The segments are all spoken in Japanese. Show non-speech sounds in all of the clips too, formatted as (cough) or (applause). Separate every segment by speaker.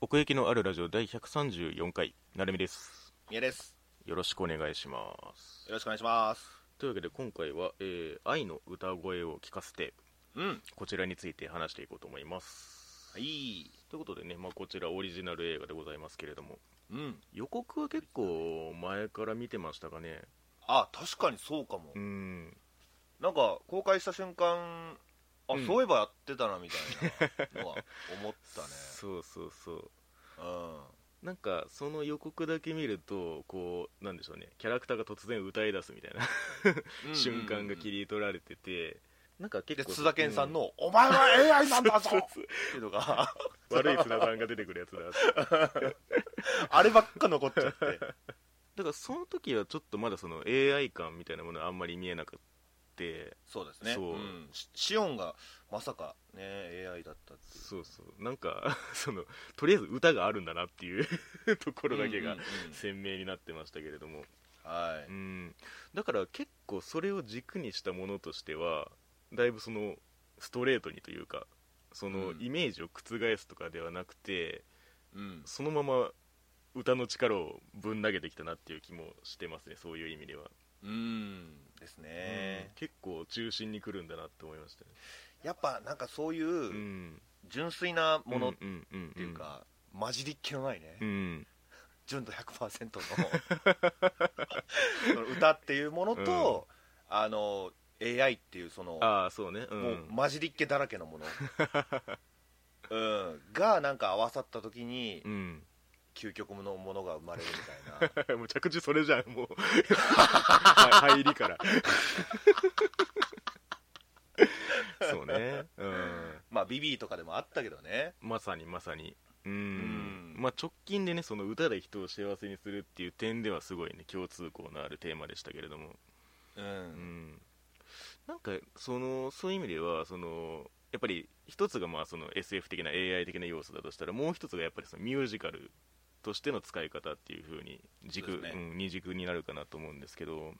Speaker 1: 奥行きのあるラジオ第134回なるみです
Speaker 2: 宮です。
Speaker 1: よろしくお願いします
Speaker 2: よろしくお願いします。
Speaker 1: というわけで今回は、えー愛の歌声を聞かせて
Speaker 2: うん。
Speaker 1: こちらについて話していこうと思います
Speaker 2: はい。
Speaker 1: ということでね、まあ、こちらオリジナル映画でございますけれども
Speaker 2: うん。
Speaker 1: 予告は結構前から見てましたかね
Speaker 2: あ、確かにそうかも
Speaker 1: う。ん
Speaker 2: なんか、公開した瞬間、あ、
Speaker 1: うん
Speaker 2: そういえばやってたな、みたいなのは思った
Speaker 1: そうそう (laughs) そう
Speaker 2: ね。
Speaker 1: なんかその予告だけ見るとこうなんでしょうねキャラクターが突然歌い出すみたいな
Speaker 2: うん。
Speaker 1: 瞬間が切
Speaker 2: り。
Speaker 1: り取られててなんか
Speaker 2: で、
Speaker 1: 結構
Speaker 2: 津田健さん
Speaker 1: う
Speaker 2: の、お前は AI なんだ
Speaker 1: (laughs)
Speaker 2: ぞ
Speaker 1: そう
Speaker 2: っ
Speaker 1: そう
Speaker 2: ていうのが、 (laughs)
Speaker 1: 悪い津田さんが出てくるやつ (laughs) だって
Speaker 2: あればっか残っちゃって。
Speaker 1: だからその時はちょっとまだその AI 感みたいなものはあんまり見えなくって
Speaker 2: そうですね。。
Speaker 1: そうん
Speaker 2: しシオンが、まさか、ね、AI だったっていう。
Speaker 1: そうそうなんか (laughs) そのとりあえず歌があるんだなっていう (laughs) ところだけが
Speaker 2: うんうんうん
Speaker 1: 鮮明になってましたけれども
Speaker 2: は
Speaker 1: う
Speaker 2: い。
Speaker 1: んだから結構それを軸にしたものとしてはだいぶそのストレートにというかその
Speaker 2: うん
Speaker 1: イメージを覆すとかではなくて
Speaker 2: うん。
Speaker 1: そのまま歌の力をぶん投げてきたなっていう気もしてますねそういう意味では、
Speaker 2: うん。ですね
Speaker 1: うん。結構中心に来るんだなって思いましたね
Speaker 2: やっぱ、なんかそういうう、
Speaker 1: ん
Speaker 2: 純粋なものっ
Speaker 1: んうんん
Speaker 2: っていうか、混じりっ気のないね、
Speaker 1: うん
Speaker 2: 純度100%の
Speaker 1: (laughs)
Speaker 2: その歌っていうものと、あの AI っていうその
Speaker 1: ああそうねう
Speaker 2: もうん混じりっ気だらけ
Speaker 1: (laughs)
Speaker 2: のもの、うん、がなんか合わさった時に
Speaker 1: うん
Speaker 2: 究極のものが生まれるみたい
Speaker 1: (laughs)
Speaker 2: な
Speaker 1: もう着地それじゃん (laughs) もうはい入りからそうねうん
Speaker 2: まあ BB とかでもあったけどね
Speaker 1: まさにまさにうん
Speaker 2: うん
Speaker 1: まあ直近でねその歌で人を幸せにするっていう点ではすごいね共通項のあるテーマでしたけれども
Speaker 2: う
Speaker 1: うんんなんかそのそういう意味ではそのやっぱり一つがまあその SF 的な AI 的な要素だとしたらもう一つがやっぱりそのミュージカルとしての使い方っていう風に軸、
Speaker 2: そううですね
Speaker 1: ん、二軸になるかなと思うんですけど、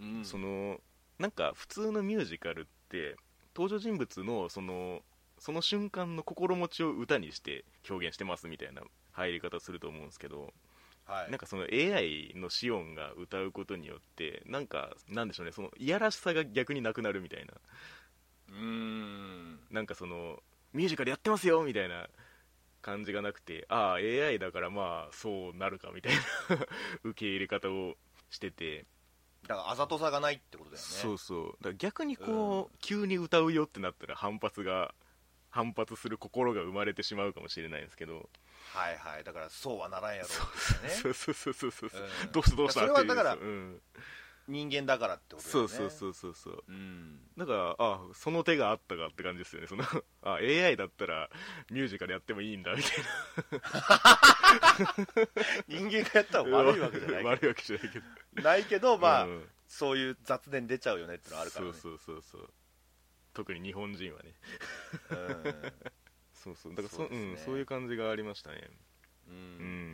Speaker 2: うん
Speaker 1: そのなんか普通のミュージカルって登場人物のそのその瞬間の心持ちを歌にして表現してますみたいな入り方すると思うんですけど、
Speaker 2: はい
Speaker 1: なんかその AI のシオンが歌うことによってなんかなんでしょうねそのいやらしさが逆になくなるみたいな
Speaker 2: うん
Speaker 1: なんかそのミュージカルやってますよみたいな感じがなくてああ AI だからまあそうなるかみたいな (laughs) 受け入れ方をしてて
Speaker 2: だからあざとさがないってことだよね
Speaker 1: そうそうだから逆にこう、急に歌うよってなったら反発が反発する心が生まれてしまうかもしれないんですけど、
Speaker 2: はいはいだからそうはならんやろ
Speaker 1: そ
Speaker 2: み
Speaker 1: うそうそうそうそう、
Speaker 2: たいなねん
Speaker 1: どうしたどうした
Speaker 2: それはだから
Speaker 1: っていううん
Speaker 2: 人間だからってことだ
Speaker 1: そ
Speaker 2: よ
Speaker 1: う
Speaker 2: ね
Speaker 1: そうそうそうそう
Speaker 2: うん
Speaker 1: だからあその手があったかって感じですよねその (laughs) あ AI だったらミュージカルやってもいいんだみたい
Speaker 2: 人間がやったら
Speaker 1: な
Speaker 2: (laughs) 悪いわけじゃな
Speaker 1: (laughs)
Speaker 2: い
Speaker 1: 悪いわけじゃないけど
Speaker 2: ないけどまあ、
Speaker 1: うん
Speaker 2: そういう雑念出ちゃうよねってのはあるから、
Speaker 1: そう
Speaker 2: ね、
Speaker 1: そうそうそう特に日本人はね
Speaker 2: う
Speaker 1: そうそうだからそ
Speaker 2: そう
Speaker 1: う,、
Speaker 2: ですね
Speaker 1: ん、そういう感じがありましたね
Speaker 2: ん、
Speaker 1: う
Speaker 2: うん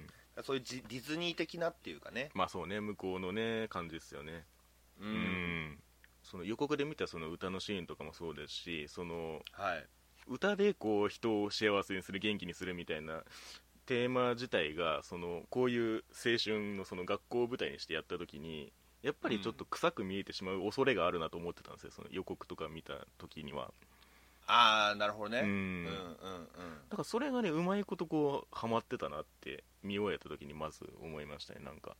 Speaker 1: ん
Speaker 2: そういうジディズニー的なっていうかね
Speaker 1: まあそうね向こうのね感じですよね
Speaker 2: うん、
Speaker 1: うんその予告で見たその歌のシーンとかもそうですしその
Speaker 2: はい
Speaker 1: 歌でこう人を幸せにする元気にするみたいなテーマ自体がそのこういう青春のその学校を舞台にしてやった時にやっぱりちょっと臭く見えてしまう恐れがあるなと思ってたんですよその予告とか見た時には
Speaker 2: ああなるほどね、
Speaker 1: う
Speaker 2: うんん、うんうん
Speaker 1: だからそれがねうまいことこうハマってたなって見終えた時にまず思いましたねなんか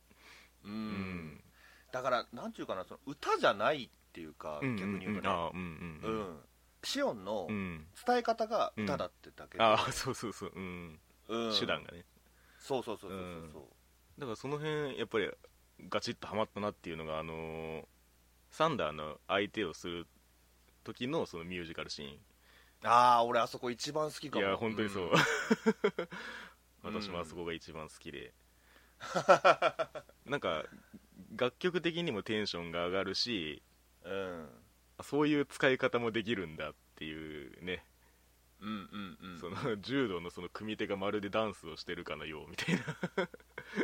Speaker 2: うん
Speaker 1: う
Speaker 2: だからなんていうかなその歌じゃないっていうか、
Speaker 1: うん
Speaker 2: 逆に言うとね
Speaker 1: ああうん
Speaker 2: う、
Speaker 1: うんん
Speaker 2: シオンの
Speaker 1: うんうん
Speaker 2: 伝え方が歌だってだけで、
Speaker 1: ああそうそうそううん
Speaker 2: うん
Speaker 1: 手段がね
Speaker 2: そうそうそうそうそうそう、
Speaker 1: だからその辺やっぱりガチッとハマったなっていうのがあのーサンダーの相手をする時のそのミュージカルシー
Speaker 2: ああ俺あそこ一番好きか
Speaker 1: ンい
Speaker 2: も
Speaker 1: や本当にそう、
Speaker 2: ん
Speaker 1: (laughs) 私もあそこが一番好き
Speaker 2: (laughs)
Speaker 1: でなんか楽曲的にもテンションが上がるし
Speaker 2: うん
Speaker 1: そういう使い方もできるんだっていうね、
Speaker 2: うんうんうん
Speaker 1: その柔道のその組手がまるでダンスをしてるかのようみたいな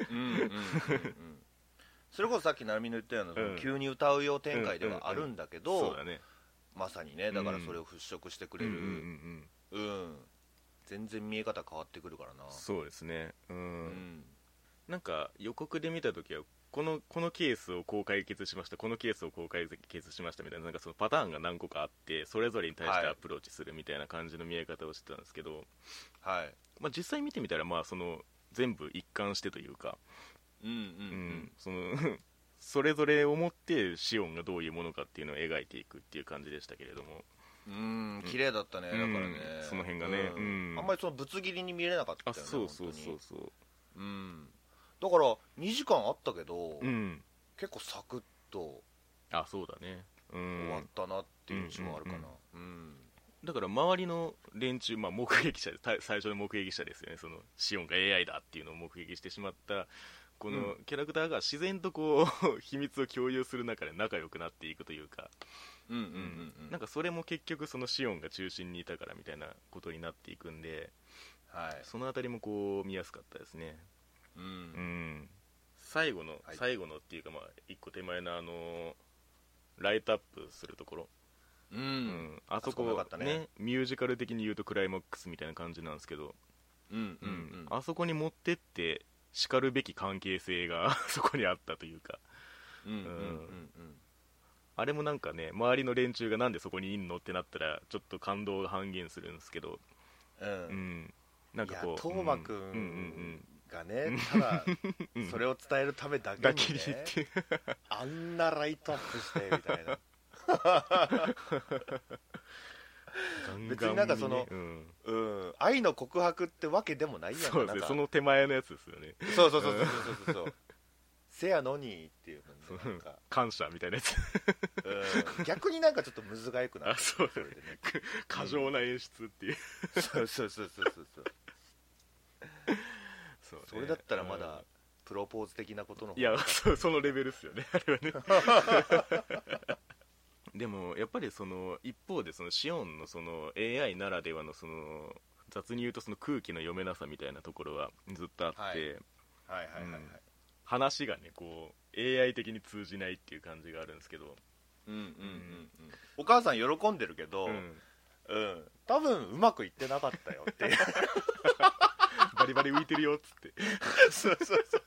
Speaker 2: うんうんうんうんそれこそさっき成美の言ったような、その
Speaker 1: うん
Speaker 2: 急に歌うよ展開ではあるんだけど、
Speaker 1: そうだね
Speaker 2: まさにねだからそれを払拭してくれる、
Speaker 1: う
Speaker 2: うんん
Speaker 1: うんうんうん
Speaker 2: 絶全然見え方変わってくるからな
Speaker 1: そうですねうん、
Speaker 2: うん
Speaker 1: なんか予告で見た時はこのこのケースをこう解決しましたこのケースをこう解決しましたみたいななんかそのパターンが何個かあってそれぞれに対してアプローチするみたいな感じの見え方をしてたんですけど、
Speaker 2: はい
Speaker 1: まあ、実際見てみたらまあその全部一貫してというか、
Speaker 2: うんうん
Speaker 1: うんその (laughs) それぞれをもってシオンがどういうものかっていうのを描いていくっていう感じでしたけれども
Speaker 2: うんうん綺麗だったねだからね
Speaker 1: うんその辺がね
Speaker 2: うん
Speaker 1: うん
Speaker 2: あんまりそのぶつ切りに見れなかった
Speaker 1: あ
Speaker 2: よね
Speaker 1: そうそうそ
Speaker 2: 本
Speaker 1: うそう
Speaker 2: 当にうんだから2時間あったけど
Speaker 1: うん
Speaker 2: 結構サクッと
Speaker 1: あそうだねう
Speaker 2: 終わっ
Speaker 1: ん
Speaker 2: たなっていう印象はあるかなうん
Speaker 1: だから周りの連中、まあ、目撃者でた最初の目撃者ですよねそのシオンが AI だっていうのを目撃してしまったこのキャラクターが自然とこう秘密を共有する中で仲良くなっていくというか、
Speaker 2: うんうんう
Speaker 1: な
Speaker 2: ん
Speaker 1: ん
Speaker 2: か
Speaker 1: かそれも結局そのシオンが中心にいたからみたいなことになっていくんで
Speaker 2: はい
Speaker 1: その辺りもこう見やすかったですね
Speaker 2: う
Speaker 1: うんん最後の、
Speaker 2: はい
Speaker 1: 最後のっていうかまあ一個手前のあのライトアップするところ
Speaker 2: うん
Speaker 1: うんあそ
Speaker 2: あそこ良
Speaker 1: こ
Speaker 2: かったね
Speaker 1: ねミュージカル的に言うとクライマックスみたいな感じなんですけど、
Speaker 2: うんう
Speaker 1: うん
Speaker 2: ん
Speaker 1: あそこに持ってってしかるべき関係性が (laughs) そこにあったというか
Speaker 2: うんうんうんうん
Speaker 1: あれもなんかね周りの連中がなんでそこにいんのってなったらちょっと感動が半減するんですけど、
Speaker 2: うん
Speaker 1: うんなんか
Speaker 2: い
Speaker 1: こ
Speaker 2: や
Speaker 1: う
Speaker 2: トーマく
Speaker 1: うんうんうん
Speaker 2: んがねただ
Speaker 1: うん
Speaker 2: それを伝えるためだけ
Speaker 1: だ
Speaker 2: に、
Speaker 1: けに
Speaker 2: ね
Speaker 1: っ、ていう
Speaker 2: あんなライトアップしてみたいな
Speaker 1: ガンガン
Speaker 2: 別になんかその
Speaker 1: にね
Speaker 2: うん愛の告白ってわけでもな
Speaker 1: う
Speaker 2: い
Speaker 1: ん
Speaker 2: やん
Speaker 1: そうです
Speaker 2: なん
Speaker 1: ね
Speaker 2: か
Speaker 1: その手前のやつですよね
Speaker 2: そうそうそうそうそうそうそうせやのにっていうのねなんか、
Speaker 1: (laughs) 感謝みたいなやつ
Speaker 2: うん、逆になんかちょっとむずがゆくなっ
Speaker 1: あ
Speaker 2: て
Speaker 1: そう
Speaker 2: それでね
Speaker 1: (laughs) 過剰な演出っていう
Speaker 2: そうそうそうそうそうそう
Speaker 1: そうね
Speaker 2: (laughs) それだったらま
Speaker 1: うん
Speaker 2: だプロポーズ的なことの方
Speaker 1: いや
Speaker 2: が
Speaker 1: そ (laughs) そのレベルですよねあれはね
Speaker 2: (laughs)
Speaker 1: でもやっぱりその一方でそのシオンのその AI ならではのその雑に言うとその空気の読めなさみたいなところはずっとあって、
Speaker 2: はいはいはいはいはい
Speaker 1: 話がねこう AI 的に通じないっていう感じがあるんですけど、
Speaker 2: うんうんうんうんお母さん喜んでるけど、う
Speaker 1: うんん
Speaker 2: 多分うまくいってなかったよっていう
Speaker 1: (laughs) バリバリ浮いてるよっつって
Speaker 2: (laughs) そうそうそう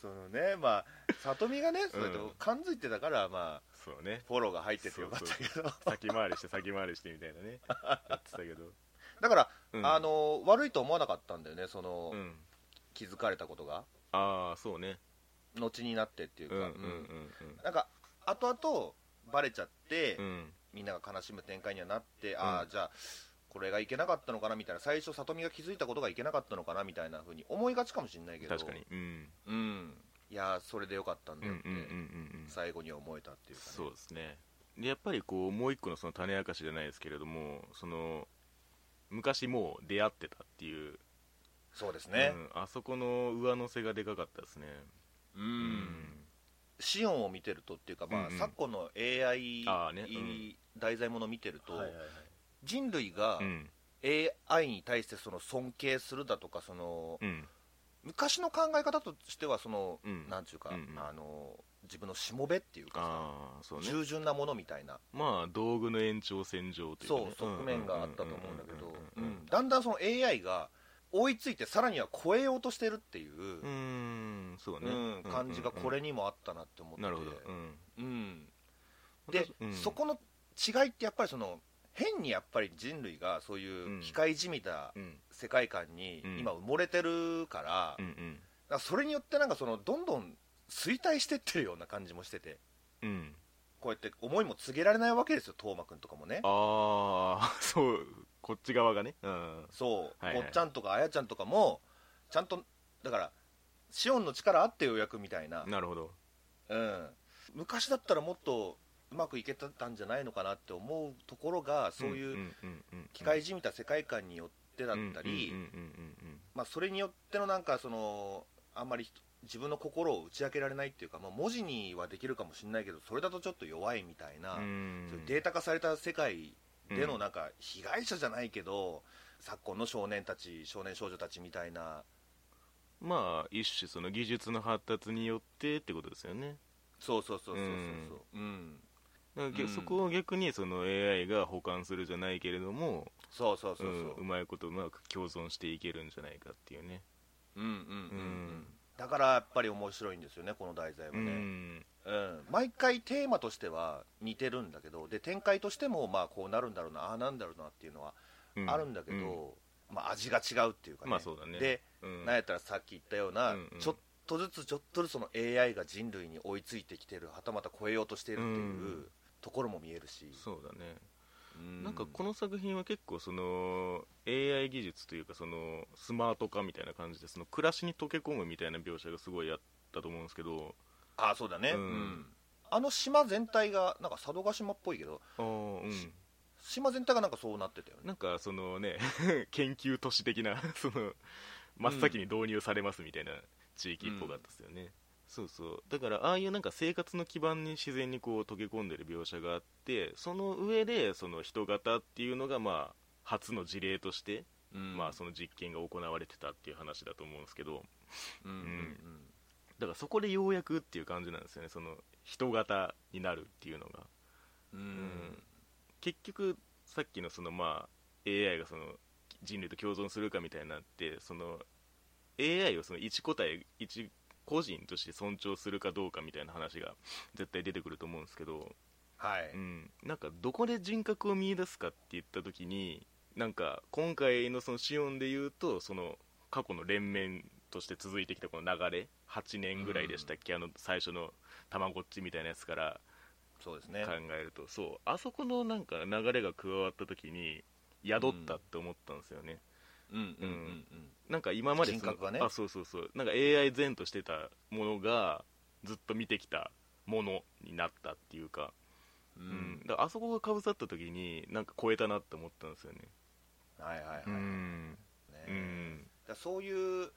Speaker 2: そのねまあ里見がねそれ
Speaker 1: うん
Speaker 2: と感づいてたから、まあ
Speaker 1: そうね
Speaker 2: フォローが入っててよかったけど
Speaker 1: 先回りして先回りしてみたいなねやってたけど、
Speaker 2: (laughs) だから、
Speaker 1: うん
Speaker 2: あの悪いと思わなかったんだよねその、
Speaker 1: うん
Speaker 2: 気づかれたことが
Speaker 1: ああそうね
Speaker 2: 後になってっていう
Speaker 1: う
Speaker 2: か、
Speaker 1: んうんうん
Speaker 2: なんか後々バレちゃって、
Speaker 1: うんうん
Speaker 2: みんなが悲しむ展開にはなって、ああじゃあこれがいけなかったのかなみたいな最初里見が気づいたことがいけなかったのかなみたいな風に思いがちかもしれないけど
Speaker 1: 確かにうん
Speaker 2: うんいやーそれでよかったん
Speaker 1: う
Speaker 2: だ
Speaker 1: んう
Speaker 2: よ
Speaker 1: んう
Speaker 2: っ
Speaker 1: ん
Speaker 2: て、
Speaker 1: うんうん
Speaker 2: 最後に思えたっていうか、ね、
Speaker 1: そうですねでやっぱりこうもう一個のその種明かしじゃないですけれどもその昔もう出会ってたっていう、
Speaker 2: そうですね
Speaker 1: うんあそこの上乗せがでかかったですね
Speaker 2: うん、
Speaker 1: う
Speaker 2: シオンを見てるとっていうか、まあ
Speaker 1: うんうん
Speaker 2: 昨今の AI
Speaker 1: あーねうん
Speaker 2: 題材ものを見てると、
Speaker 1: はいはい
Speaker 2: 人類が
Speaker 1: うん
Speaker 2: AI に対してその尊敬するだとかその、
Speaker 1: うん
Speaker 2: 昔の考え方としてはその、
Speaker 1: うん
Speaker 2: なんていうか、
Speaker 1: うんうん
Speaker 2: あの自分のしもべっていうか
Speaker 1: ああそう
Speaker 2: さ、
Speaker 1: ね
Speaker 2: 従順なものみたいな、
Speaker 1: まあ道具の延長線上というか
Speaker 2: そ
Speaker 1: ね、
Speaker 2: う側面があったと思うんだけど
Speaker 1: うんうん
Speaker 2: うんだんだんその AI が追いついてさらには超えようとしてるってい
Speaker 1: う
Speaker 2: う、
Speaker 1: んうんうんそうね、
Speaker 2: うん感じがこれにもあったなって思
Speaker 1: う
Speaker 2: っ
Speaker 1: ん
Speaker 2: て
Speaker 1: なるほど、
Speaker 2: うん
Speaker 1: うん、
Speaker 2: で、
Speaker 1: うん
Speaker 2: そこの違いってやっぱりその変にやっぱり人類がそういう
Speaker 1: うん
Speaker 2: 機械じみた
Speaker 1: うん
Speaker 2: 世界観に
Speaker 1: うん
Speaker 2: 今埋もれてるから,、
Speaker 1: うんうん
Speaker 2: それによってなんかそのどんどん衰退してってるような感じもしてて
Speaker 1: うん
Speaker 2: こうやって思いも告げられないわけですよ斗真君とかもね
Speaker 1: ああそうこっち側がねうん
Speaker 2: そう、
Speaker 1: はいはい
Speaker 2: おっちゃんとかあやちゃんとかもちゃんとだからシオンの力あってようやくみたいな、
Speaker 1: なるほど
Speaker 2: うん、昔だったらもっとうまくいけてたんじゃないのかなって思うところがそういう機械じみた世界観によって
Speaker 1: だ
Speaker 2: だったり、
Speaker 1: うんうんうんうんうんうん
Speaker 2: まあ、それによってのなんかそのあんまり人自分の心を打ち明けられないっていうか、まあ、文字にはできるかもしれないけどそれだとちょっと弱いみたいな、そういうデータ化された世界でのなんか被害者じゃないけど、昨今の少年たち少年少女たちみたいな
Speaker 1: まあ一種その技術の発達によってってことですよね
Speaker 2: そうそうそうそうそうそううん
Speaker 1: だから
Speaker 2: うん
Speaker 1: そこを逆にその AI が補完するじゃないけれども
Speaker 2: そうそうそううそうん
Speaker 1: うまいことうまく共存していけるんじゃないかっていうね
Speaker 2: うんうんうん
Speaker 1: う
Speaker 2: うん
Speaker 1: ん
Speaker 2: だからやっぱり面白いんですよねこの題材は
Speaker 1: う
Speaker 2: ね、
Speaker 1: ん
Speaker 2: うん毎回テーマとしては似てるんだけどで展開としてもまあこうなるんだろうなああなんだろうなっていうのはあるんだけど、まあ、味が違うっていうかね,、
Speaker 1: まあそうだね
Speaker 2: で、
Speaker 1: うん
Speaker 2: なんやったらさっき言ったような、
Speaker 1: うんうん
Speaker 2: ちょっとずつちょっとずつその AI が人類に追いついてきてるはたまた超えようとしてるっていう、
Speaker 1: うん
Speaker 2: ところも見えるし、
Speaker 1: そうだね
Speaker 2: うん
Speaker 1: なんかこの作品は結構その AI 技術というかそのスマート化みたいな感じでその暮らしに溶け込むみたいな描写がすごいあったと思うんですけど
Speaker 2: あそうだね、
Speaker 1: うん
Speaker 2: うんあの島全体がなんか佐渡島っぽいけど
Speaker 1: あーうん
Speaker 2: 島全体がなんかそうなってたよね
Speaker 1: なんかそのね (laughs) 研究都市的な (laughs) その真っ先に導入されますみたいな地域っぽかったですよね、そうそうだからああいうなんか生活の基盤に自然にこう溶け込んでる描写があってその上でその人型っていうのがまあ初の事例として、まあその実験が行われてたっていう話だと思うんですけど
Speaker 2: うんうん
Speaker 1: だからそこでようやくっていう感じなんですよねその人型になるっていうのが
Speaker 2: うんうん
Speaker 1: ん結局さっきのそのまあ AI がその人類と共存するかみたいになってその AI をその一個体一個人として尊重するかどうかみたいな話が絶対出てくると思うんですけど、
Speaker 2: はい、
Speaker 1: うん、なんかどこで人格を見出すかって言った時になんか今回のそのシオンで言うとその過去の連綿として続いてきたこの流れ8年ぐらいでしたっけ、あの最初のたまごっちみたいなやつから
Speaker 2: そうですね
Speaker 1: 考えるとそうあそこのなんか流れが加わった時に宿ったって思ったんですよね、
Speaker 2: うんうんうん
Speaker 1: なんか今まで
Speaker 2: 人格がね
Speaker 1: そのあそうそうそうなんか AI 前としてたものがずっと見てきたものになったっていうか,、
Speaker 2: うんう
Speaker 1: うん
Speaker 2: ん
Speaker 1: だからあそこがかぶさった時になんか超えたなって思ったんですよね
Speaker 2: はいはいはい、
Speaker 1: ん
Speaker 2: ね
Speaker 1: うん
Speaker 2: だからそういう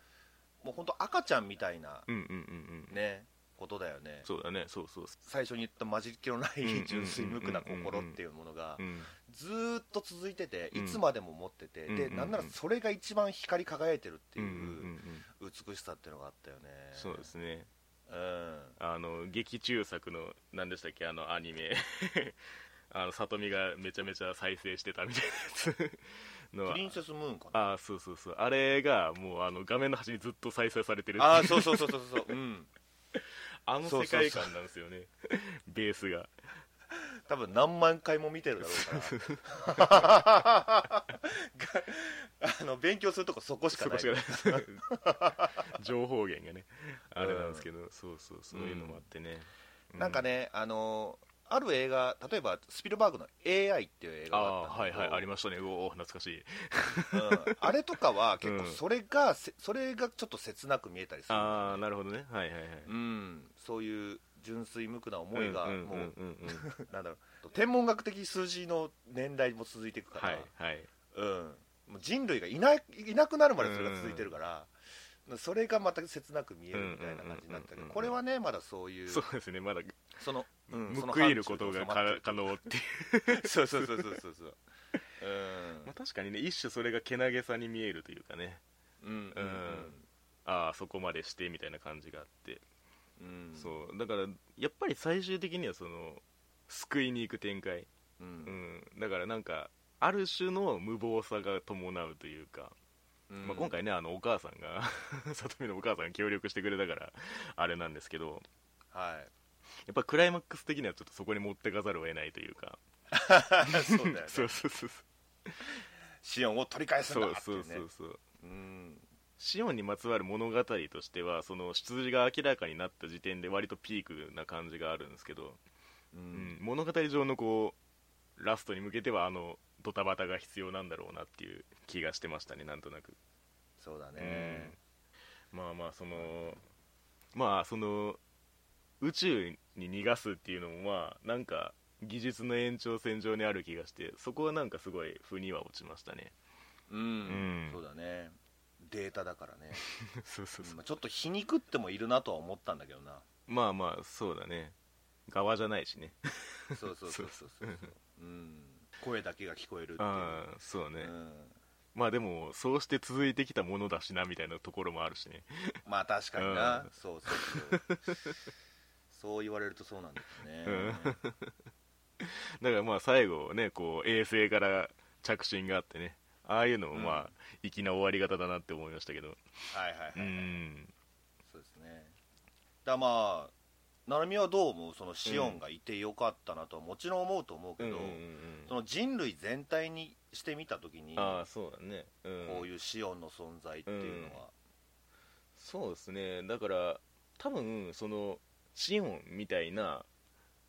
Speaker 2: もう本当赤ちゃんみたいな
Speaker 1: うんうんうんうん
Speaker 2: ねことだよね
Speaker 1: そうだねそうそうそ
Speaker 2: 最初に言った混じりっ気のな
Speaker 1: うんう
Speaker 2: い
Speaker 1: ん
Speaker 2: 純粋無垢な心っていうものが
Speaker 1: ううん
Speaker 2: ずーっと続いてて
Speaker 1: う
Speaker 2: い
Speaker 1: ん
Speaker 2: つまでも持ってて
Speaker 1: うん
Speaker 2: で
Speaker 1: うんうん
Speaker 2: なんならそれが一番光り輝いてるって
Speaker 1: うんうん
Speaker 2: いう
Speaker 1: うんうん
Speaker 2: 美しさっていうのがあったよね
Speaker 1: そうですね
Speaker 2: うん
Speaker 1: あの劇中作の何でしたっけあのアニメ (laughs) あの里美がめちゃめちゃ再生してたみたいなやつの
Speaker 2: プリンセスムーンかな
Speaker 1: ああそうそうそうあれがもうあの画面の端にずっと再生されてる
Speaker 2: ああそうそうそうそうそううん
Speaker 1: あの世界観なんですよね
Speaker 2: (laughs)
Speaker 1: ベースが
Speaker 2: 多分何万回も見てるだろう (laughs) からあの勉強するとこそこしか
Speaker 1: そこ
Speaker 2: ない
Speaker 1: しかない情報源がねあれなんですけど、そうそうそういうのもあってね、う
Speaker 2: なんかね、あのある映画、例えばスピルバーグの AI っていう映画があ
Speaker 1: あ
Speaker 2: っ
Speaker 1: あー
Speaker 2: たん
Speaker 1: は
Speaker 2: だ
Speaker 1: い
Speaker 2: けど
Speaker 1: はいありましたねうおー懐かしい
Speaker 2: うんあれとかは結構
Speaker 1: うん
Speaker 2: それがせ、それがちょっと切なく見えたりする、
Speaker 1: ああなるほどねはいはいはい
Speaker 2: うん、そういう純粋無垢な思いが、
Speaker 1: うんうん
Speaker 2: もう、
Speaker 1: うんうんうん
Speaker 2: なんだろう、天文学的数字の年代も続いていくから、
Speaker 1: はいはい
Speaker 2: うん、もう人類がいないいなくなるまでそれが続いてるから、それがまた切なく見えるみたいな感じになったけ
Speaker 1: うんうんうんうんう
Speaker 2: ど、
Speaker 1: ん
Speaker 2: これはね、まだそういう、
Speaker 1: そ
Speaker 2: そう
Speaker 1: ですねまだ
Speaker 2: の、うん、その
Speaker 1: 報いることが
Speaker 2: 範
Speaker 1: 可
Speaker 2: 疇に収まってる
Speaker 1: 可能っていう
Speaker 2: (laughs) そうそうそうそうそうそう。うん
Speaker 1: まあ確かにね一種それがけなげさに見えるというかね
Speaker 2: うん
Speaker 1: うんああそこまでしてみたいな感じがあって、
Speaker 2: うんうん
Speaker 1: そうだからやっぱり最終的にはその救いに行く展開、う
Speaker 2: う
Speaker 1: んん、だからなんかある種の無謀さが伴うというか、
Speaker 2: うん
Speaker 1: まあ、今回ねあのお母さんが (laughs) 里見のお母さんが協力してくれたからあれなんですけど
Speaker 2: はい (laughs)
Speaker 1: やっぱクライマックス的にはちょっとそこに持ってかざるを得ないというか
Speaker 2: そうだよね
Speaker 1: (laughs) そうそうそう
Speaker 2: シオンを取り返すん
Speaker 1: (laughs) そ
Speaker 2: だ
Speaker 1: う
Speaker 2: って
Speaker 1: そ
Speaker 2: いううね
Speaker 1: そうそう
Speaker 2: うん
Speaker 1: シオンにまつわる物語としてはその出自が明らかになった時点で割とピークな感じがあるんですけど、
Speaker 2: う
Speaker 1: うんん、物語上のこうラストに向けてはあのドタバタが必要なんだろうなっていう気がしてましたねなんとなく、
Speaker 2: そうだね
Speaker 1: うん、まあまあそのまあその宇宙に逃がすっていうのもまあなんか技術の延長線上にある気がしてそこはなんかすごい腑には落ちましたね
Speaker 2: うん
Speaker 1: うん
Speaker 2: そうだねデータだからね
Speaker 1: (laughs) そう (laughs) そうそう
Speaker 2: まあちょっと皮肉ってもいるなとは思ったんだけどな
Speaker 1: まあまあそうだね側じゃないしね
Speaker 2: そうそうそうそうそううん声だけが聞こえるって
Speaker 1: あ
Speaker 2: い
Speaker 1: あそうね、
Speaker 2: ううん
Speaker 1: まあでもそうして続いてきたものだしなみたいなところもあるしね
Speaker 2: まあ確かにな
Speaker 1: うん
Speaker 2: そうそうそうそう言われるとそうなんですね
Speaker 1: だからまあ最後ねこう衛星から着信があってねああいうのもまあ、粋な終わり方だなって思いましたけど
Speaker 2: はいはいはい、
Speaker 1: うん
Speaker 2: そうですねだからまあ成美はどう思うそのシオンがいてよかったなとはもちろん思うと思うけ
Speaker 1: うん
Speaker 2: ど、
Speaker 1: うんうん
Speaker 2: その人類全体にしてみた時に
Speaker 1: あ
Speaker 2: こ
Speaker 1: あそうだね、うん、
Speaker 2: ういうシオンの存在っていうのは、
Speaker 1: そうですねだから多分そのシオンみたいな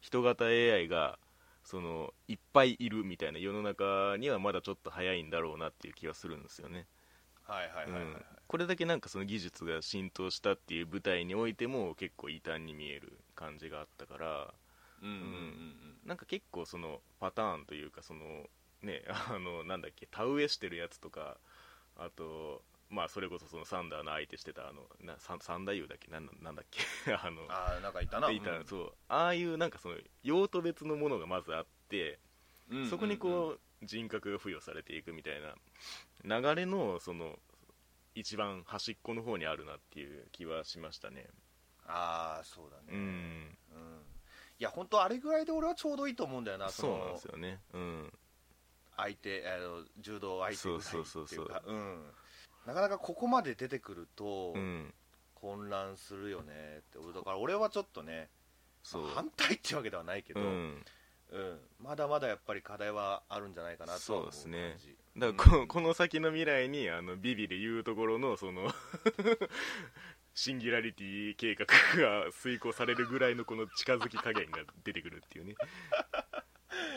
Speaker 1: 人型 AI がそのいっぱいいるみたいな世の中にはまだちょっと早いんだろうなっていう気がするんですよね、
Speaker 2: はいはいはいはい、
Speaker 1: うんこれだけなんかその技術が浸透したっていう舞台においても結構異端に見える感じがあったから
Speaker 2: うんうんうん
Speaker 1: なんか結構そのパターンというかそのね (laughs) あのなんだっけ田植えしてるやつとかあとまあそれこそそのサンダーの相手してたあのなサンサンダユだっけなんなんだっけ (laughs) あの
Speaker 2: ああなんかいたない
Speaker 1: た
Speaker 2: うん
Speaker 1: そうああいうなんかその用途別のものがまずあって
Speaker 2: うんうんうん
Speaker 1: そこにこう人格が付与されていくみたいな流れのその一番端っこの方にあるなっていう気はしましたね
Speaker 2: ああそうだ
Speaker 1: う
Speaker 2: ね、
Speaker 1: ん
Speaker 2: うんいや本当あれぐらいで俺はちょうどいいと思うんだよなそ
Speaker 1: そうなん
Speaker 2: の
Speaker 1: ですよねうん
Speaker 2: 相手あの柔道相手ぐらいっていうか
Speaker 1: そうそうそうそう
Speaker 2: うん、なかなかここまで出てくると、
Speaker 1: うん
Speaker 2: 混乱するよねって俺だから俺はちょっとね
Speaker 1: そう
Speaker 2: まあ反対ってわけではないけど、う
Speaker 1: うんん
Speaker 2: まだまだやっぱり課題はあるんじゃないかなとは思う感じ
Speaker 1: そうですだからこ,、この先の未来にあのビビで言うところのその (laughs) シンギュラリティ計画が遂行されるぐらいのこの近づき加減が出てくるっていうね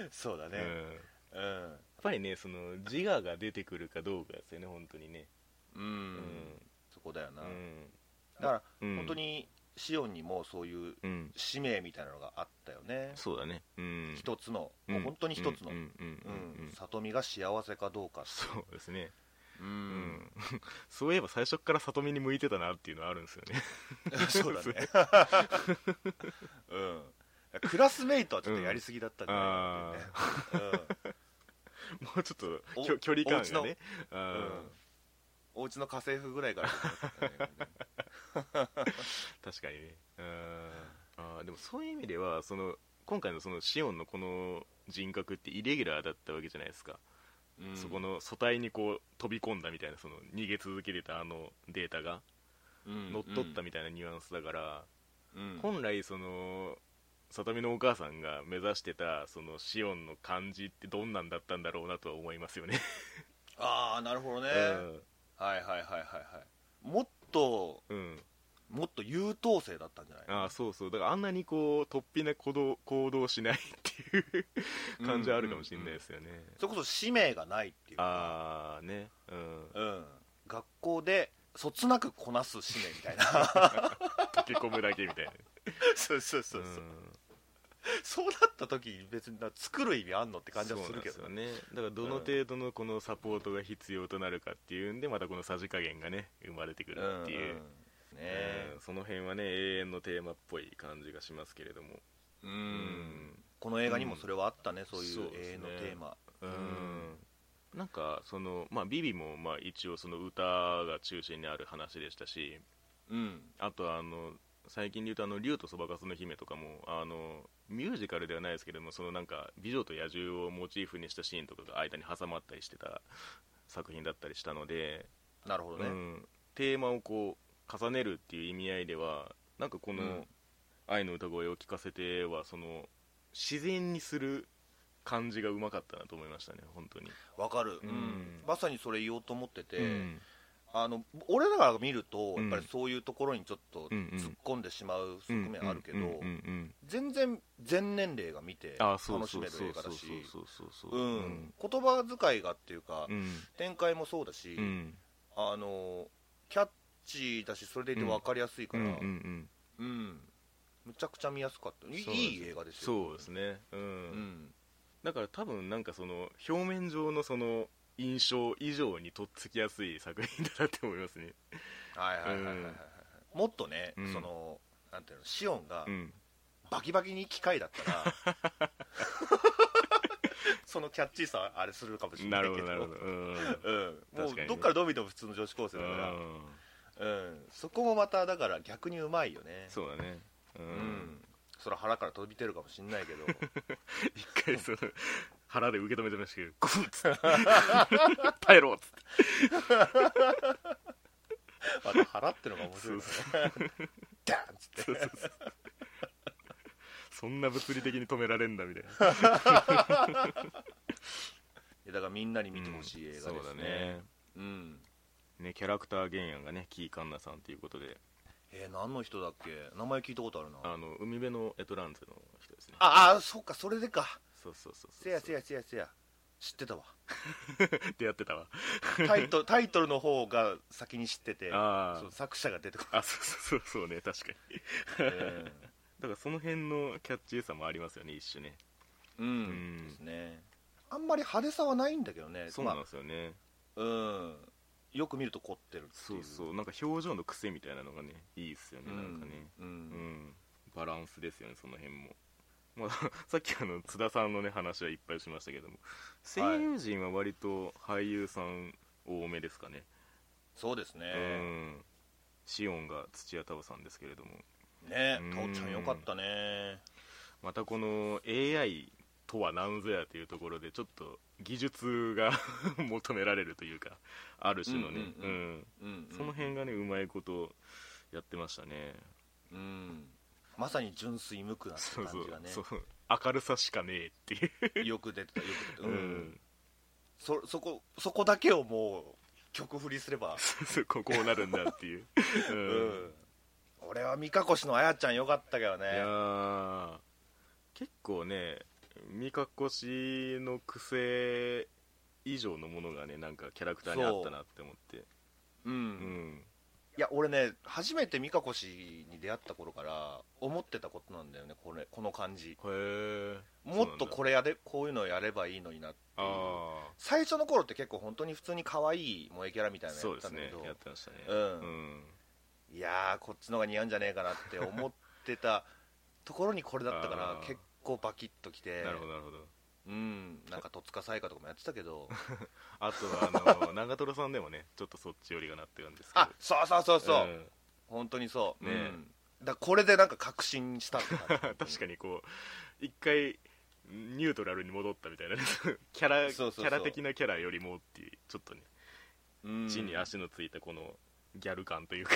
Speaker 2: そうだ
Speaker 1: うん、や
Speaker 2: (laughs) ねうん、
Speaker 1: っぱりねその自我が出てくるかどうかですよね本当にね
Speaker 2: うん
Speaker 1: うん
Speaker 2: そこだよな、
Speaker 1: うん
Speaker 2: だから、
Speaker 1: うん
Speaker 2: 本当にシオンにもそういう
Speaker 1: うん
Speaker 2: 使命みたいなのがあったよね
Speaker 1: そうだねうん
Speaker 2: 一つの、
Speaker 1: うん
Speaker 2: もう本当に一つの、う
Speaker 1: うんんうんうんうんうん
Speaker 2: 里見が幸せかどうか
Speaker 1: そうですね、
Speaker 2: う、
Speaker 1: うん (laughs) ん、そういえば最初から里見に向いてたなっていうのはあるんですよね (laughs)
Speaker 2: そうだねうんクラスメイトはちょっとやりすぎだったんじゃないかっていうね、うん
Speaker 1: もうちょっと
Speaker 2: お
Speaker 1: きょ距離感が
Speaker 2: お家
Speaker 1: ね
Speaker 2: う
Speaker 1: あ
Speaker 2: ん
Speaker 1: ー
Speaker 2: お家の家政婦ぐらいからだったね
Speaker 1: 確かにねうんあーでもそういう意味ではその今回のそのシオンのこの人格ってイレギュラーだったわけじゃないですか、
Speaker 2: うん
Speaker 1: そこの素体にこう飛び込んだみたいなその逃げ続けてたあのデータが
Speaker 2: うん
Speaker 1: 乗っ取ったみたいなニュアンスだから、
Speaker 2: うん
Speaker 1: 本来その里見のお母さんが目指してたそのシオンの感じってどんなんだったんだろうなとは思いますよ
Speaker 2: (laughs)
Speaker 1: ね、
Speaker 2: ああなるほどね、
Speaker 1: うん
Speaker 2: はいはいはいはいはいもっと
Speaker 1: うん、
Speaker 2: もっと優等生だったんじゃない
Speaker 1: ああそうそうだからあんなにこう突飛な行動行動しないっていう感じはあるかもしれないですよね、
Speaker 2: それこそ使命がないっていうか
Speaker 1: ああねうん
Speaker 2: うん学校でそつなくこなす使命みたいな
Speaker 1: 溶け込むだけみたいな
Speaker 2: (laughs) そうそうそうそう、
Speaker 1: ん
Speaker 2: そうなった時に別にな作る意味あんのって感じはするけ
Speaker 1: そう
Speaker 2: ど
Speaker 1: な
Speaker 2: ね
Speaker 1: んですよねだからどの程度のこのサポートが必要となるかっていうんでまたこのさじ加減がね生まれてくるっていう、
Speaker 2: うんうんね
Speaker 1: え
Speaker 2: え
Speaker 1: ーその辺はね永遠のテーマっぽい感じがしますけれども
Speaker 2: うん、
Speaker 1: うん
Speaker 2: この映画にもそれはあったね、そういう
Speaker 1: そうですね
Speaker 2: 永遠のテーマ
Speaker 1: うん
Speaker 2: ん
Speaker 1: なんかその、まあ、ビビもまあ一応その歌が中心にある話でしたし
Speaker 2: うん
Speaker 1: あとあの最近で言うとあの「竜とそばかすの姫」とかもあのミュージカルではないですけどもそのなんか「美女と野獣」をモチーフにしたシーンとかが間に挟まったりしてた作品だったりしたので、
Speaker 2: なるほど
Speaker 1: う
Speaker 2: ね、
Speaker 1: ん、テーマをこう重ねるっていう意味合いではなんかこ
Speaker 2: う
Speaker 1: の
Speaker 2: ん
Speaker 1: 「愛の歌声を聞かせては」その自然にする感じがうまかったなと思いましたね本当に。
Speaker 2: わかる、
Speaker 1: うん
Speaker 2: まさにそれ言おうと思ってて、
Speaker 1: うん
Speaker 2: あの俺らが見ると
Speaker 1: う
Speaker 2: やっ
Speaker 1: ん
Speaker 2: ぱりそういうところにちょっと
Speaker 1: うんうん
Speaker 2: 突っ込んでしまう側面あるけど、
Speaker 1: うんうんうんうん
Speaker 2: 全然全年齢が見て
Speaker 1: あ
Speaker 2: 楽
Speaker 1: そう
Speaker 2: し
Speaker 1: そ
Speaker 2: め
Speaker 1: う
Speaker 2: る
Speaker 1: そう
Speaker 2: 映画
Speaker 1: そ
Speaker 2: だ
Speaker 1: う
Speaker 2: し
Speaker 1: そうそうそうう。
Speaker 2: ん言葉遣いがっていうか、
Speaker 1: うん
Speaker 2: 展開もそうだし、
Speaker 1: うん
Speaker 2: あのキャッチーだしそれでいて分かりやすいから、うん
Speaker 1: ん
Speaker 2: むちゃくちゃ見やすかったいい
Speaker 1: そうです
Speaker 2: いい映画ですよ
Speaker 1: そうですね、うん
Speaker 2: うん、
Speaker 1: だから多分なんかその表面上のその印象以上にとっつきやすい作品だなって思いますね
Speaker 2: はいはいはいはいはい、はいもっとね、
Speaker 1: うん
Speaker 2: そのなんていうのシオンが、
Speaker 1: うん
Speaker 2: バキバキに機械だったら
Speaker 1: (laughs)
Speaker 2: そのキャッチーさあれするかもしれな
Speaker 1: ない
Speaker 2: け
Speaker 1: るほ
Speaker 2: ど
Speaker 1: どなるほどうん
Speaker 2: うん、も
Speaker 1: 確かにね
Speaker 2: うどっからどう見ても普通の女子高生だか
Speaker 1: うん
Speaker 2: ら、うん、そこもまただから逆にうまいよね
Speaker 1: そうだねう
Speaker 2: う
Speaker 1: (laughs)
Speaker 2: んん、それは腹から飛び出るかもしれないけど
Speaker 1: 一回その腹で受け止めてましたけど「ゴフッ!」つって「耐えろ!」っつって
Speaker 2: また腹ってのが面白いね (laughs) ダンっつって
Speaker 1: そうそうそうそんな物理的に止められんだみたいない
Speaker 2: やだからみんなに見てほしい映画ですね,、
Speaker 1: うんそうだね
Speaker 2: うん
Speaker 1: ねキャラクター原案がねキーカンナさんということで
Speaker 2: えー何の人だっけ名前聞いたことあるなあ
Speaker 1: あの海辺のエトランズの人ですね
Speaker 2: ああそっかそれでか
Speaker 1: そうそうそうそう
Speaker 2: せやせやせやせや知ってたわ
Speaker 1: 出会ってたわ
Speaker 2: タイトル (laughs) タイトルの方が先に知ってて
Speaker 1: あ
Speaker 2: そう
Speaker 1: ー
Speaker 2: 作者が出てこ
Speaker 1: あそうそうそうそうね確かに
Speaker 2: ない、
Speaker 1: だからその辺のキャッチーさもありますよね一種ね
Speaker 2: うん、
Speaker 1: ん
Speaker 2: ですねあんまり派手さはないんだけどね
Speaker 1: そうなんですよね、
Speaker 2: まあうんよく見ると凝ってるって
Speaker 1: そ
Speaker 2: いう
Speaker 1: うそうなんか表情の癖みたいなのがねいいっすよね、なんかね
Speaker 2: うん、
Speaker 1: うん、バランスですよねその辺もまあ、 (laughs) さっきあの津田さんのね話はいっぱいしましたけども声優陣は割と俳優さん多めですかね、
Speaker 2: そうですね、
Speaker 1: うんシオンが土屋太鳳さんですけれども
Speaker 2: ね
Speaker 1: うん
Speaker 2: タオちゃんよかったね
Speaker 1: またこの AI とは何ぞやというところでちょっと技術が (laughs) 求められるというかある種のね、
Speaker 2: うんうんう
Speaker 1: うん
Speaker 2: うん
Speaker 1: その辺がねうまいことやってましたね
Speaker 2: うんまさに純粋無垢なって
Speaker 1: そ
Speaker 2: 感
Speaker 1: うそ
Speaker 2: じが
Speaker 1: う
Speaker 2: ね
Speaker 1: そう明るさしかねえっていう、
Speaker 2: よく出てたよく出てた、
Speaker 1: う
Speaker 2: うん
Speaker 1: ん、
Speaker 2: そそこそこだけをもう曲振りすれば、
Speaker 1: そうこうなるんだっていう、う
Speaker 2: (laughs) うんん俺は三越のあやちゃんよかったけど
Speaker 1: いや
Speaker 2: ね
Speaker 1: ー結構ね三かこしの癖以上のものがねなんかキャラクターにあったなって思って
Speaker 2: うん、
Speaker 1: うん
Speaker 2: いや俺ね初めて三越に出会った頃から思ってたことなんだよねこれこの感じ
Speaker 1: へえ
Speaker 2: もっとこれやれこういうのやればいいのになっていう
Speaker 1: あ
Speaker 2: 最初の頃って結構本当に普通に可愛い萌えキャラみた
Speaker 1: あ
Speaker 2: いなの
Speaker 1: そ
Speaker 2: や
Speaker 1: う
Speaker 2: っ
Speaker 1: で
Speaker 2: た
Speaker 1: す
Speaker 2: んだけ
Speaker 1: ね
Speaker 2: ど、
Speaker 1: やってましたね
Speaker 2: うん
Speaker 1: ん
Speaker 2: いやーこっちの方が似合うんじゃねえかなって思っ
Speaker 1: (laughs)
Speaker 2: てたところにこれだったから
Speaker 1: あー
Speaker 2: 結構バキッときて
Speaker 1: なるほどなるほど
Speaker 2: うんなんか戸塚彩花とかもやってたけど
Speaker 1: あとはあ
Speaker 2: (laughs)
Speaker 1: の長瀞さんでもねちょっとそっち寄りがなってるんですけど
Speaker 2: あそうそうそうそう、
Speaker 1: ん
Speaker 2: 本当にそう、
Speaker 1: ねえ
Speaker 2: うん、だからこれでなんか確信したって
Speaker 1: (laughs)
Speaker 2: 感
Speaker 1: 確かにこう一回ニュートラルに戻ったみたいなね (laughs) キャラ
Speaker 2: そうそうそう
Speaker 1: キャラ的なキャラよりもっていうちょっとね
Speaker 2: に、うん
Speaker 1: 地に足のついたこのギャル感というか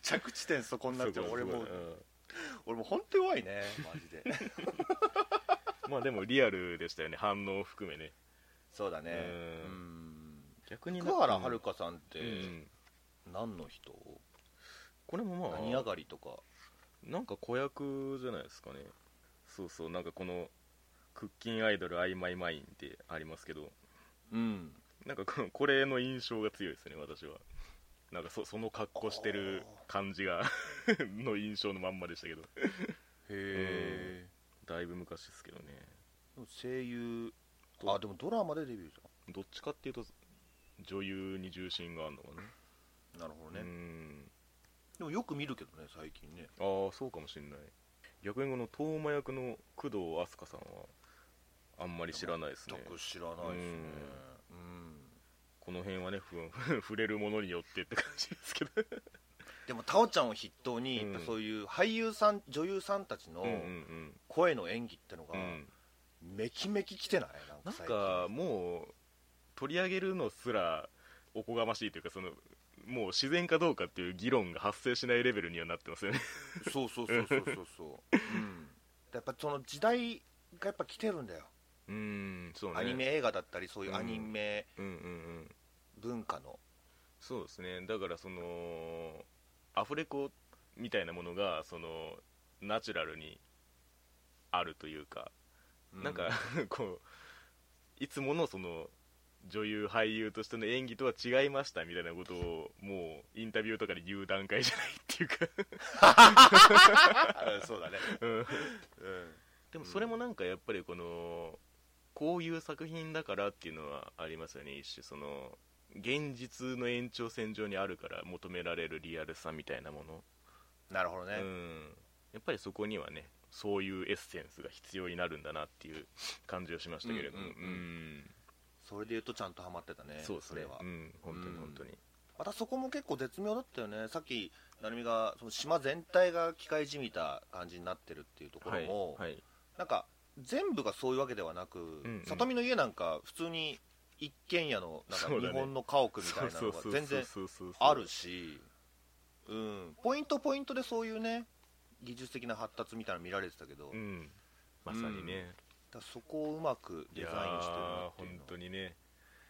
Speaker 2: 着地点そこになっちゃう
Speaker 1: (laughs) (laughs) そこ
Speaker 2: 俺も
Speaker 1: そこうん
Speaker 2: 俺も本当弱いねマジで
Speaker 1: (laughs) まあでもリアルでしたよね反応を含めね
Speaker 2: そうだね
Speaker 1: う
Speaker 2: うん
Speaker 1: 逆に
Speaker 2: 福原遥さんって
Speaker 1: うんうん
Speaker 2: 何の人、
Speaker 1: これもまあ
Speaker 2: 何上がりとか
Speaker 1: なんか子役じゃないですかねそうそうなんかこの「クッキンアイドルアイマイマイン」ってありますけど
Speaker 2: うん
Speaker 1: なんかこのこれの印象が強いですね私はなんかそその格好してる感じがの印象のまんまでしたけど
Speaker 2: へえ、
Speaker 1: だいぶ昔ですけどね
Speaker 2: でも声優
Speaker 1: と
Speaker 2: あでもドラマでデビューじ
Speaker 1: どっちかっていうと女優に重心があるのかね
Speaker 2: ゃんなるほどね、
Speaker 1: うん
Speaker 2: でもよく見るけどね最近ね
Speaker 1: ああそうかもしれない逆にこの東馬役の工藤飛鳥さんはあんまり知らないですね
Speaker 2: 全く知らないですねうん
Speaker 1: この辺はねふふ触れるものによってって感じですけど
Speaker 2: でもタオちゃんを筆頭に、
Speaker 1: うん
Speaker 2: やっぱそういう俳優さん女優さんたちの
Speaker 1: うんうん
Speaker 2: 声の演技ってのが、
Speaker 1: うんうん
Speaker 2: めきめききてないな
Speaker 1: なんん
Speaker 2: か最近
Speaker 1: かもう取り上げるのすらおこがましいというかそのもう自然かどうかっていう議論が発生しないレベルにはなってますよね
Speaker 2: そうそうそうそうそう (laughs) そう、うん、やっぱその時代がやっぱ来てるんだよ、
Speaker 1: (laughs) うんそうね
Speaker 2: アニメ映画だったりそういうアニメ
Speaker 1: うんうんうん
Speaker 2: 文化の
Speaker 1: そうですねだからそのアフレコみたいなものがそのナチュラルにあるというかなんか、 (laughs) こういつものその女優俳優としての演技とは違いましたみたいなことをもうインタビューとかで言う段階じゃないっていうか、
Speaker 2: あ (laughs) そうだね、
Speaker 1: うん
Speaker 2: うん、
Speaker 1: でもそれもなんかやっぱりこのこういう作品だからっていうのはありますよね一種その現実の延長線上にあるから求められるリアルさみたいなもの、
Speaker 2: なるほどね、
Speaker 1: うん、やっぱりそこにはねそういうエッセンスが必要になるんだなっていう (laughs) 感じをしましたけれども、
Speaker 2: うんうんうん
Speaker 1: うん
Speaker 2: それで言うとちゃんとハマってたね
Speaker 1: そうですね
Speaker 2: れは、
Speaker 1: うん、本当
Speaker 2: う
Speaker 1: に
Speaker 2: ん
Speaker 1: 本当に、
Speaker 2: またそこも結構絶妙だったよねさっき成美がその島全体が機械じみた感じになってるっていうところも、
Speaker 1: はい、
Speaker 2: なんか全部がそういうわけではなく、
Speaker 1: んうん
Speaker 2: 里見の家なんか普通に一軒家のなんか
Speaker 1: そうだ
Speaker 2: 日
Speaker 1: ね
Speaker 2: 本の家屋みたいなのが全然あるし、うん、ポイントポイントでそういうね技術的な発達みたいなの見られてたけ
Speaker 1: う
Speaker 2: ど、だか
Speaker 1: んまさにね、
Speaker 2: らそこをうまくデ
Speaker 1: いや
Speaker 2: ザインしてるな
Speaker 1: ー
Speaker 2: っていう
Speaker 1: 本
Speaker 2: の
Speaker 1: 当にね、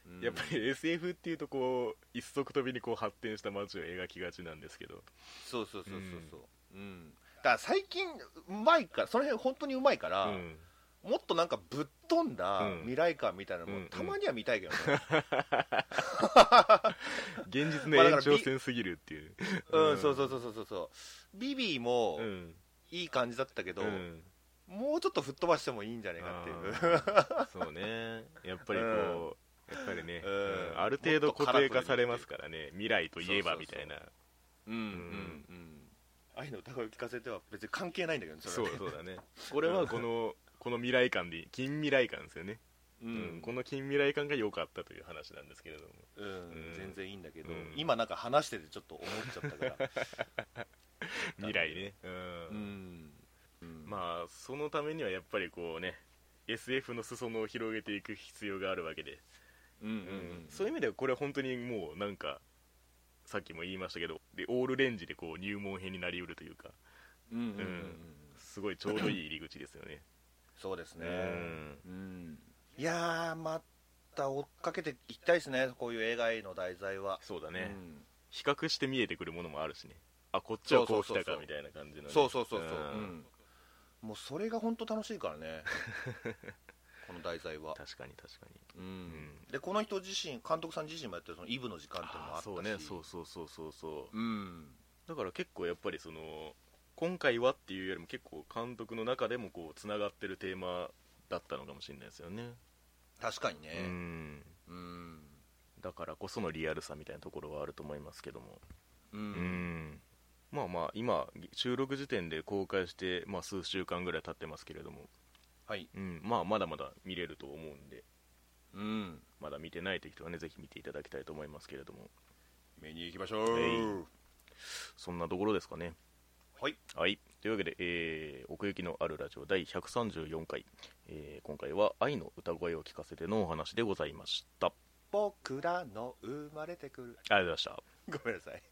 Speaker 2: うん
Speaker 1: やっぱり SF っていうとこう一足飛びにこう発展した街を描きがちなんですけど
Speaker 2: そうそうそうそうそううん、だから最近うまいからその辺本当にうまいから、
Speaker 1: うん
Speaker 2: もっとなんかぶっ飛んだ
Speaker 1: うん
Speaker 2: 未来感みたいなの
Speaker 1: うんう
Speaker 2: も
Speaker 1: ん
Speaker 2: たまには見たいけどね、
Speaker 1: 現実の
Speaker 2: ま
Speaker 1: 延
Speaker 2: あだから
Speaker 1: 長線すぎるって (laughs) いう
Speaker 2: うんそうそうそうそうそうそうビビーも
Speaker 1: うん
Speaker 2: いい感じだったけど、
Speaker 1: うん
Speaker 2: もうちょっと吹っ飛ばしてもいいんじゃないかっていう
Speaker 1: あーそうねやっぱりこう、やっぱりね、
Speaker 2: うん
Speaker 1: うんある程度固定化されますからね未来といえば
Speaker 2: そう
Speaker 1: み
Speaker 2: そう
Speaker 1: た
Speaker 2: そう
Speaker 1: いな
Speaker 2: (laughs) うんうんうん愛の歌声を聞かせては別に関係ないんだけどね
Speaker 1: そう
Speaker 2: れはね
Speaker 1: そうだねこれはこのこの未来感でいい近未来感ですよね、
Speaker 2: う、
Speaker 1: うんんこの近未来感が良かったという話なんですけれども
Speaker 2: うん
Speaker 1: ん
Speaker 2: 全然いいんだけど、
Speaker 1: うん
Speaker 2: 今なんか話しててちょっと思っちゃったから、
Speaker 1: 未来ね、 (laughs) う
Speaker 2: うんんうん
Speaker 1: まあそのためにはやっぱりこうね SF の裾野を広げていく必要があるわけで、
Speaker 2: うんうんう
Speaker 1: うん
Speaker 2: ん、
Speaker 1: そういう意味ではこれは本当にもうなんかさっきも言いましたけどでオールレンジでこう入門編になりうるというか
Speaker 2: うんうんうんう
Speaker 1: う
Speaker 2: ん
Speaker 1: んすごいちょうどいい入り口ですよ
Speaker 2: (laughs)
Speaker 1: ね
Speaker 2: そうですね、
Speaker 1: うん
Speaker 2: うんいやーまた追っかけていきたいですねこういう映画への題材は
Speaker 1: そうだ
Speaker 2: う
Speaker 1: ね、
Speaker 2: ん
Speaker 1: 比較して見えてくるものもあるしねあこっちはこう来た
Speaker 2: そうそうそう
Speaker 1: か
Speaker 2: そう
Speaker 1: みたいな感じのね、
Speaker 2: そうそうそうそう、
Speaker 1: ん
Speaker 2: うんもうそれが本当楽しいからね (laughs) この題材は、
Speaker 1: 確かに確かに
Speaker 2: うんでこの人自身監督さん自身もやってるそのイブの時間っていうのも
Speaker 1: あ
Speaker 2: あっ
Speaker 1: あ
Speaker 2: たし
Speaker 1: そうねそうそうそうそうそう
Speaker 2: うん
Speaker 1: だから結構やっぱりその今回はっていうよりも結構監督の中でもこうつながってるテーマだったのかもしれないですよね、
Speaker 2: 確かに
Speaker 1: う
Speaker 2: ね
Speaker 1: ん
Speaker 2: うん
Speaker 1: だからこそのリアルさみたいなところはあると思いますけども
Speaker 2: うん、
Speaker 1: うんまあまあ今収録時点で公開して、まあ、数週間ぐらい経ってますけれども、
Speaker 2: はい
Speaker 1: うん、まあまだまだ見れると思うんで
Speaker 2: うん
Speaker 1: まだ見てないという人はねぜひ見ていただきたいと思いますけれども
Speaker 2: 見に行きましょう
Speaker 1: はいそんなところですかね
Speaker 2: はい
Speaker 1: はい、というわけで、えー奥行きのあるラジオ第134回、えー今回は「愛の歌声を聞かせて」のお話でございましたあり
Speaker 2: 僕らの生まれてくる
Speaker 1: がとうございました
Speaker 2: ごめんなさい